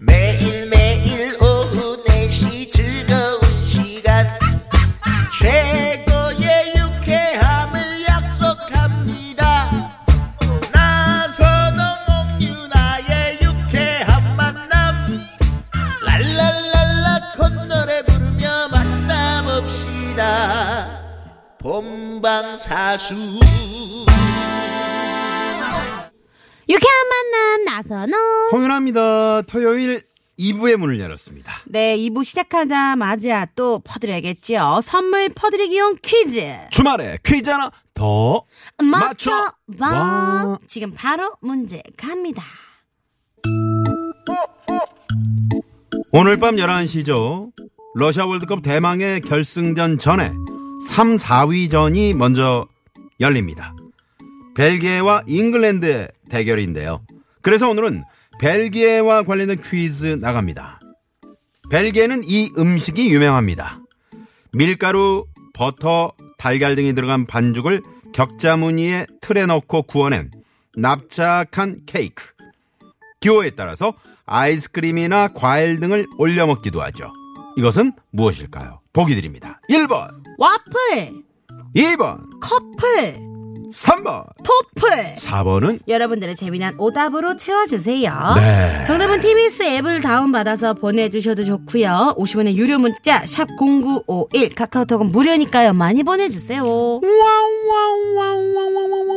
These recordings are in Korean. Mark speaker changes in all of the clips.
Speaker 1: 매일매일 오후 4시 즐거운 시간 최고의 유쾌함을 약속합니다 나선홍 옥유나의 유쾌한 만남 랄랄랄라 콧노래 부르며 만남없시다 본방사수
Speaker 2: 유쾌한 만남 나선홍.
Speaker 3: 홍윤아입니다. 토요일 2부의 문을 열었습니다.
Speaker 2: 네, 2부 시작하자마자 또 퍼드려야겠지요. 선물 퍼드리기용 퀴즈.
Speaker 3: 주말에 퀴즈 하나 더 맞춰봐.
Speaker 2: 맞춰봐. 지금 바로 문제 갑니다.
Speaker 3: 오늘 밤 11시죠. 러시아 월드컵 대망의 결승전 전에 3, 4위전이 먼저 열립니다. 벨기에와 잉글랜드의 대결인데요. 그래서 오늘은 벨기에와 관련된 퀴즈 나갑니다. 벨기에는 이 음식이 유명합니다. 밀가루, 버터, 달걀 등이 들어간 반죽을 격자무늬의 틀에 넣고 구워낸 납작한 케이크. 기호에 따라서 아이스크림이나 과일 등을 올려 먹기도 하죠. 이것은 무엇일까요? 보기 드립니다. 1번,
Speaker 2: 와플,
Speaker 3: 2번,
Speaker 2: 커플,
Speaker 3: 3번,
Speaker 2: 토플.
Speaker 3: 4번은
Speaker 2: 여러분들의 재미난 오답으로 채워주세요.
Speaker 3: 네.
Speaker 2: 정답은 TBS 앱을 다운받아서 보내주셔도 좋고요. 50원의 유료 문자 샵 0951 카카오톡은 무료니까요. 많이 보내주세요.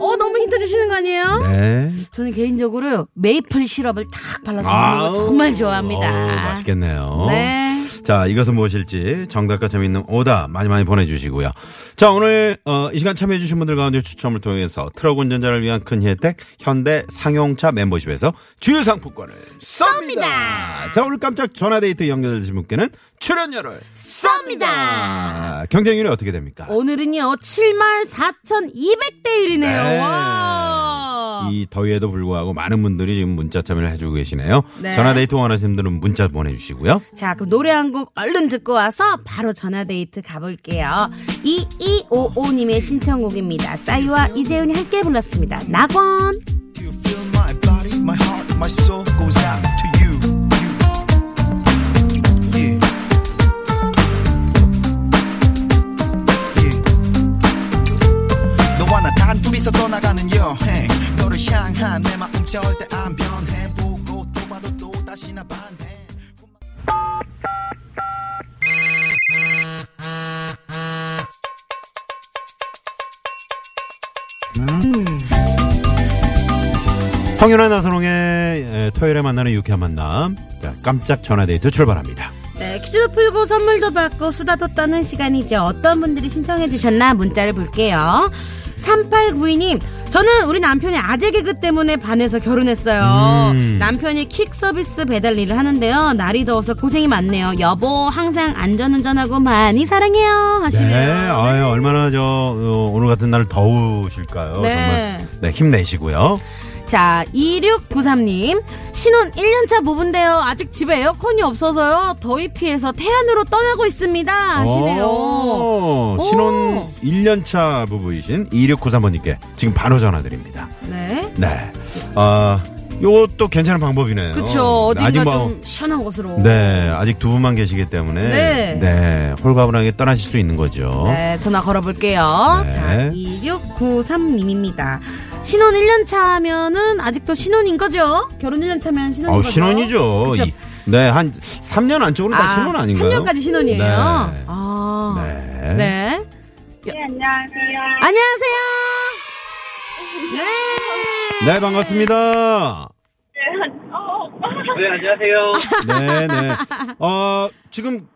Speaker 2: 어 너무 힌트 주시는 거 아니에요?
Speaker 3: 네.
Speaker 2: 저는 개인적으로 메이플 시럽을 탁 발라서 먹는
Speaker 3: 아우.
Speaker 2: 거 정말 좋아합니다.
Speaker 3: 어우, 맛있겠네요.
Speaker 2: 네.
Speaker 3: 자, 이것은 무엇일지 정답과 재미있는 오답 많이 많이 보내주시고요. 자, 오늘 어, 이 시간 참여해주신 분들 가운데 추첨을 통해서 트럭 운전자를 위한 큰 혜택 현대 상용차 멤버십에서 주유 상품권을 쏩니다. 자, 오늘 깜짝 전화데이트 연결되신 분께는 출연료를
Speaker 2: 쏩니다.
Speaker 3: 아, 경쟁률이 어떻게 됩니까?
Speaker 2: 오늘은요 7만 4,200대 1이네요.
Speaker 3: 네.
Speaker 2: 와.
Speaker 3: 이 더위에도 불구하고 많은 분들이 지금 문자 참여를 해주고 계시네요.
Speaker 2: 네.
Speaker 3: 전화데이트 원하시는 분들은 문자 보내주시고요.
Speaker 2: 자, 그럼 노래 한 곡 얼른 듣고 와서 바로 전화데이트 가볼게요. 2255님의 신청곡입니다. 싸이와 이재훈이 함께 불렀습니다. 낙원.
Speaker 4: You feel my body, my heart, my soul goes out to you. You. Yeah. Yeah. 너와 나 단둘이서 떠나가는 여행. 너를 향한 내 마음 절대 안 변해. 보고 또 봐도 또 다시 나 반해.
Speaker 3: 황윤아 나선홍의 에, 토요일에 만나는 유쾌한 만남. 자, 깜짝 전화데이트 출발합니다.
Speaker 2: 네, 퀴즈도 풀고 선물도 받고 수다도 떠는 시간이죠. 어떤 분들이 신청해 주셨나 문자를 볼게요. 3892님, 저는 우리 남편의 아재 개그 때문에 반해서 결혼했어요.
Speaker 3: 음.
Speaker 2: 남편이 킥 서비스 배달 일을 하는데요. 날이 더워서 고생이 많네요. 여보, 항상 안전운전하고 많이 사랑해요. 하시네요.
Speaker 3: 아유, 얼마나 저 어, 오늘 같은 날 더우실까요?
Speaker 2: 네.
Speaker 3: 정말 네, 힘내시고요.
Speaker 2: 자, 2693님. 신혼 1년차 부부인데요. 아직 집에 에어컨이 없어서요. 더위 피해서 태안으로 떠나고 있습니다. 하시네요.
Speaker 3: 오,
Speaker 2: 오.
Speaker 3: 신혼 1년차 부부이신 2693번님께 지금 바로 전화드립니다.
Speaker 2: 네.
Speaker 3: 네. 아, 요것도 괜찮은 방법이네요.
Speaker 2: 그쵸.
Speaker 3: 아직
Speaker 2: 어딘가
Speaker 3: 뭐-
Speaker 2: 좀 시원한 곳으로.
Speaker 3: 네, 아직 두 분만 계시기 때문에
Speaker 2: 네.
Speaker 3: 네, 홀가분하게 떠나실 수 있는 거죠.
Speaker 2: 네, 전화 걸어볼게요.
Speaker 3: 네.
Speaker 2: 자, 2693님입니다. 신혼 1년 차면은 아직도 신혼인 거죠? 결혼 1년 차면 신혼인
Speaker 3: 어,
Speaker 2: 거죠?
Speaker 3: 신혼이죠.
Speaker 2: 그쵸.
Speaker 3: 이- 네, 한 3년 안쪽으로 다 신혼 아닌가요?
Speaker 2: 3년까지 신혼이에요.
Speaker 3: 네.
Speaker 2: 아.
Speaker 3: 네.
Speaker 2: 네.
Speaker 5: 안녕하세요.
Speaker 2: 안녕하세요.
Speaker 3: 네, 반갑습니다.
Speaker 5: 네, 안녕하세요.
Speaker 3: 네, 네. 어, 지금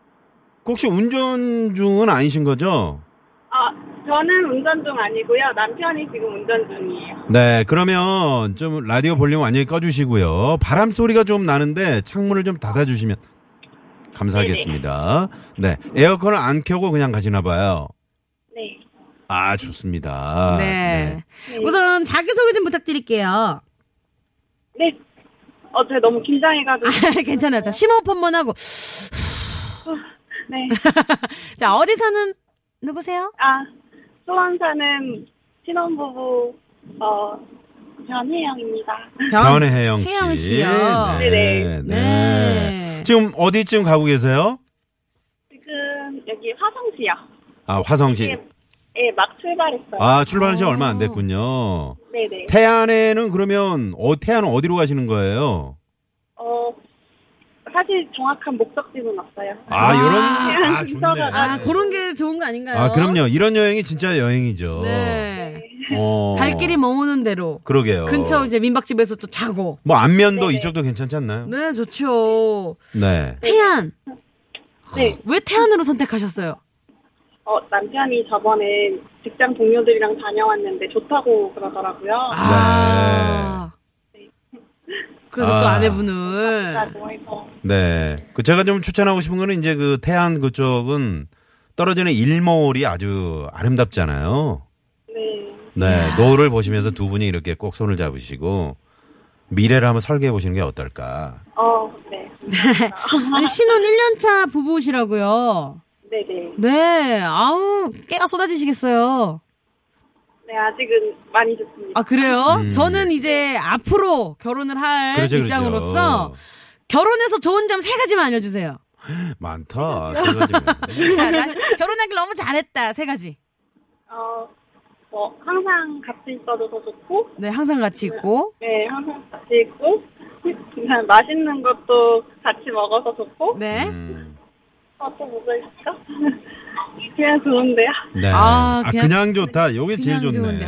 Speaker 3: 혹시 운전 중은 아니신 거죠?
Speaker 5: 아, 저는 운전 중 아니고요. 남편이 지금 운전 중이에요.
Speaker 3: 네, 그러면 좀 라디오 볼륨 완전히 꺼주시고요. 바람 소리가 좀 나는데 창문을 좀 닫아주시면 감사하겠습니다. 네, 에어컨을 안 켜고 그냥 가시나 봐요.
Speaker 5: 네.
Speaker 3: 아, 좋습니다.
Speaker 2: 네. 우선 자기소개 좀 부탁드릴게요.
Speaker 5: 네. 어, 제가 너무 긴장해가지고.
Speaker 2: 괜찮아요. 자, 심호흡한번 하고.
Speaker 5: 네.
Speaker 2: 자, 어디 사는 누구세요?
Speaker 5: 아, 소원 사는 신혼부부 어, 변혜영입니다.
Speaker 3: 변의 혜영 씨.
Speaker 2: 혜영 씨요.
Speaker 3: 네.
Speaker 5: 네네.
Speaker 3: 네.
Speaker 2: 네.
Speaker 3: 지금 어디쯤 가고 계세요?
Speaker 5: 지금 여기 화성시요.
Speaker 3: 아, 화성시.
Speaker 5: 예, 예, 막 출발했어요.
Speaker 3: 아, 출발한 지 얼마 안 됐군요.
Speaker 5: 네네.
Speaker 3: 태안에는 그러면, 어, 태안은 어디로 가시는 거예요?
Speaker 5: 어, 사실 정확한 목적지는 없어요.
Speaker 3: 아, 요런, 아, 좋네.
Speaker 5: 순서가
Speaker 2: 아, 그런 게 좋은 거 아닌가요?
Speaker 3: 아, 그럼요. 이런 여행이 진짜 여행이죠.
Speaker 2: 네.
Speaker 3: 어.
Speaker 2: 발길이 머무는 대로.
Speaker 3: 그러게요.
Speaker 2: 근처 이제 민박집에서 또 자고.
Speaker 3: 뭐, 안면도
Speaker 5: 네.
Speaker 3: 이쪽도 괜찮지 않나요?
Speaker 2: 네, 좋죠.
Speaker 3: 네.
Speaker 2: 태안.
Speaker 5: 네.
Speaker 2: 왜 태안으로 선택하셨어요?
Speaker 5: 어, 남편이 저번에 직장 동료들이랑 다녀왔는데 좋다고 그러더라고요.
Speaker 2: 아. 그래서 또
Speaker 3: 네. 아.
Speaker 2: 아내분을.
Speaker 5: 라고 해서.
Speaker 3: 네. 그 제가 좀 추천하고 싶은 거는 이제 그 태안 그쪽은 떨어지는 일몰이 아주 아름답잖아요.
Speaker 5: 네.
Speaker 3: 네, 노를 보시면서 두 분이 이렇게 꼭 손을 잡으시고 미래를 한번 설계해 보시는 게 어떨까?
Speaker 5: 어, 네.
Speaker 2: 아니, 신혼 1년차 부부시라고요.
Speaker 5: 네네.
Speaker 2: 네, 아우, 깨가 쏟아지시겠어요.
Speaker 5: 네, 아직은 많이 좋습니다.
Speaker 2: 아, 그래요?
Speaker 3: 음.
Speaker 2: 저는 이제 앞으로 결혼을 할
Speaker 3: 그렇죠,
Speaker 2: 네, 입장으로서
Speaker 3: 그렇죠.
Speaker 2: 결혼해서 좋은 점 세 가지만 알려주세요.
Speaker 3: 많다. 세 가지면.
Speaker 2: 자, 다시, 결혼하길 너무 잘했다. 세 가지.
Speaker 5: 어, 뭐, 항상 같이 있어도 더 좋고,
Speaker 2: 네, 항상 같이 있고.
Speaker 5: 네, 항상 같이 있고, 그냥 맛있는 것도 같이 먹어서 좋고,
Speaker 2: 네.
Speaker 3: 음.
Speaker 5: 어, 또 뭐가 있을까? 그냥 좋은데요.
Speaker 3: 네. 아,
Speaker 2: 아,
Speaker 3: 그냥,
Speaker 2: 그냥-
Speaker 3: 좋다. 요게 제일
Speaker 2: 그냥
Speaker 3: 좋네.
Speaker 2: 좋은데.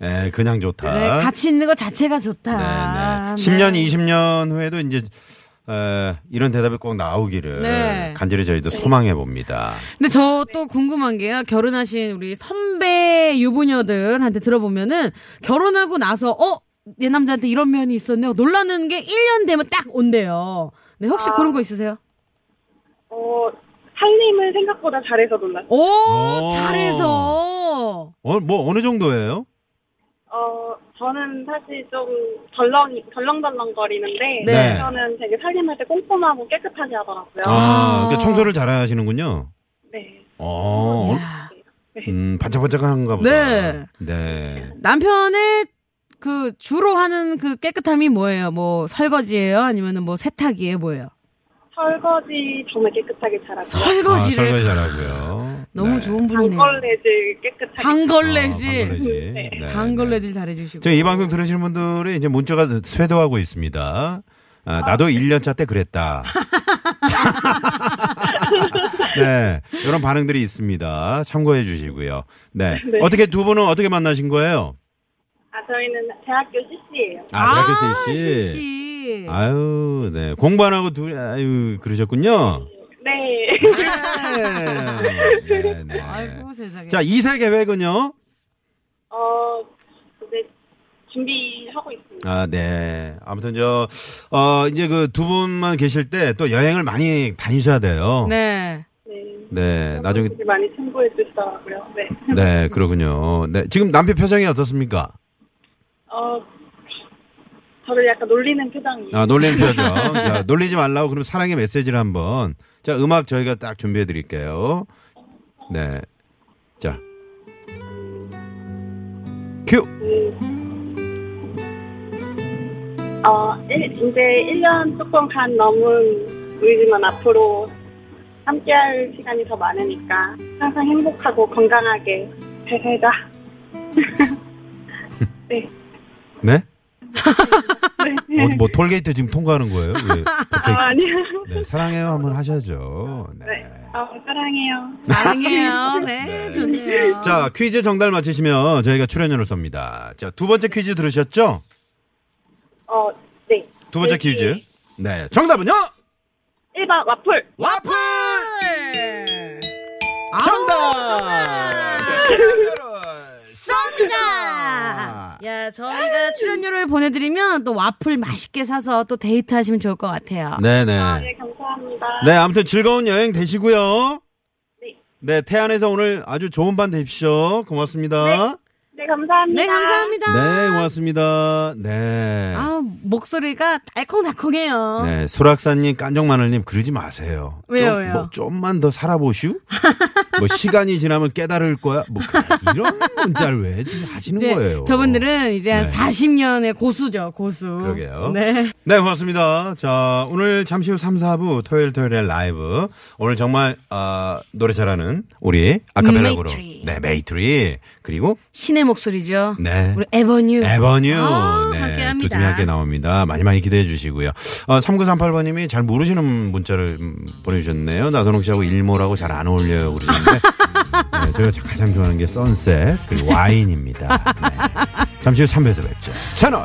Speaker 3: 네, 그냥 좋다.
Speaker 2: 네, 같이 있는 것 자체가
Speaker 3: 네,
Speaker 2: 좋다.
Speaker 3: 네. 10년, 20년 후에도 이제 에, 이런 대답이 꼭 나오기를
Speaker 2: 네.
Speaker 3: 간절히 저희도 소망해 봅니다.
Speaker 2: 근데 저 또 궁금한 게요. 결혼하신 우리 선배 유부녀들한테 들어보면은 결혼하고 나서 어? 내 남자한테 이런 면이 있었네요. 어, 놀라는 게 1년 되면 딱 온대요. 네, 혹시 그런 거 있으세요?
Speaker 5: 어, 살림을 생각보다 잘해서 놀랐어요.
Speaker 2: 오,
Speaker 3: 오.
Speaker 2: 잘해서.
Speaker 3: 어, 뭐 어느 정도예요?
Speaker 5: 어, 저는 사실 좀 덜렁, 덜렁덜렁거리는데,
Speaker 3: 네.
Speaker 5: 저는 되게 살림할 때 꼼꼼하고 깨끗하게 하더라고요.
Speaker 3: 아, 그러니까 청소를 잘 하시는군요.
Speaker 5: 네.
Speaker 3: 어,
Speaker 2: 야.
Speaker 3: 음, 반짝반짝한가 보다.
Speaker 2: 네.
Speaker 3: 네.
Speaker 2: 남편의 그 주로 하는 그 깨끗함이 뭐예요? 뭐 설거지예요? 아니면은 뭐 세탁이에요? 뭐예요?
Speaker 5: 설거지 정말 깨끗하게 잘하고요.
Speaker 2: 설거지를
Speaker 3: 아, 설거지 잘하고요.
Speaker 2: 너무
Speaker 3: 네.
Speaker 2: 좋은 분이네요.
Speaker 5: 방걸레질 깨끗하게.
Speaker 3: 아,
Speaker 2: 방걸레질.
Speaker 3: 방걸레질.
Speaker 5: 네.
Speaker 3: 네,
Speaker 2: 방걸레질 잘해주시고.
Speaker 3: 지금 이 방송 들으시는 분들이 이제 문자가 쇄도하고 있습니다. 아, 나도 1년차 때 그랬다. 네. 이런 반응들이 있습니다. 참고해 주시고요. 네.
Speaker 5: 네.
Speaker 3: 어떻게 두 분은 어떻게 만나신 거예요?
Speaker 5: 아, 저희는 대학교 CC예요.
Speaker 3: 아, 대학교 씨.
Speaker 2: CC.
Speaker 3: 아유, 네. 공부 안 하고 둘이, 아유, 그러셨군요.
Speaker 5: 네.
Speaker 3: 네. 네, 네.
Speaker 2: 아이고 세상에.
Speaker 3: 자, 2세 계획은요?
Speaker 5: 어, 이제 준비하고 있습니다.
Speaker 3: 아, 네. 아무튼 저, 어, 이제 그 두 분만 계실 때 또 여행을 많이 다니셔야 돼요.
Speaker 2: 네.
Speaker 5: 네.
Speaker 3: 네, 나중에,
Speaker 5: 되게 많이 참고해 주시더라고요. 네.
Speaker 3: 네, 그러군요. 네, 지금 남편 표정이 어떻습니까?
Speaker 5: 어, 저를 약간 놀리는 표정이.
Speaker 3: 아, 놀리는 표정. 자, 놀리지 말라고 그럼 사랑의 메시지를 한번. 자, 음악 저희가 딱 준비해 드릴게요. 네. 자. 큐!
Speaker 5: 어, 일, 이제 1년 조금 간 넘은 우리지만 앞으로 함께할 시간이 더 많으니까 항상 행복하고 건강하게 잘 살자. 네.
Speaker 3: 네? 어, 뭐 톨게이트 지금 통과하는 거예요? 왜 갑자기?
Speaker 5: 아, 아니요.
Speaker 3: 네, 사랑해요 한번 하셔야죠. 네.
Speaker 5: 네. 아, 사랑해요.
Speaker 2: 사랑해요. 네. 좋네요.
Speaker 3: 자, 퀴즈 정답을 맞히시면 저희가 출연료를 쏩니다. 자, 두 번째 퀴즈 들으셨죠?
Speaker 5: 어, 네.
Speaker 3: 두 번째
Speaker 5: 네,
Speaker 3: 퀴즈. 네, 정답은요?
Speaker 5: 1번 와플.
Speaker 3: 와플! 네.
Speaker 2: 아우,
Speaker 3: 정답!
Speaker 2: 쏩니다. 야, 저희가 출연료를 보내드리면 또 와플 맛있게 사서 또 데이트 하시면 좋을 것 같아요.
Speaker 5: 아,
Speaker 3: 네네.
Speaker 5: 예, 감사합니다.
Speaker 3: 네, 아무튼 즐거운 여행 되시고요.
Speaker 5: 네.
Speaker 3: 네, 태안에서 오늘 아주 좋은 밤 되십시오. 고맙습니다.
Speaker 5: 네, 감사합니다.
Speaker 2: 네, 감사합니다.
Speaker 3: 네, 고맙습니다. 네.
Speaker 2: 아, 목소리가 달콩달콩해요.
Speaker 3: 네, 수락사님, 깐정마늘님, 그러지 마세요.
Speaker 2: 어? 왜요,
Speaker 3: 좀,
Speaker 2: 왜요?
Speaker 3: 뭐, 좀만 더 살아보슈? 뭐 시간이 지나면 깨달을 거야. 뭐 그- 이런 문자를 왜 하시는
Speaker 2: 이제
Speaker 3: 거예요?
Speaker 2: 저분들은 이제 한
Speaker 3: 네.
Speaker 2: 40년의 고수죠, 고수.
Speaker 3: 그러게요.
Speaker 2: 네.
Speaker 3: 네, 고맙습니다. 자, 오늘 잠시 후 3, 4부 토요일 토요일에 라이브. 오늘 정말 아, 노래 잘하는 우리 아카펠라 그룹.
Speaker 2: 메이트리.
Speaker 3: 네, 메이트리. 그리고
Speaker 2: 신의 목소리죠.
Speaker 3: 네.
Speaker 2: 우리 에버뉴.
Speaker 3: 에버뉴.
Speaker 2: 아, 함께
Speaker 3: 네.
Speaker 2: 합니다.
Speaker 3: 두팀이 함께 나옵니다. 많이 많이 기대해 주시고요. 어, 3938번님이 잘 모르시는 문자를 음, 보내주셨네요. 나선홍 씨하고 일모라고 잘 안 어울려요. 그러시는데. 네, 저희가 가장 좋아하는 게 선셋, 그리고 와인입니다. 네. 잠시 후 3부에서 뵙죠. 채널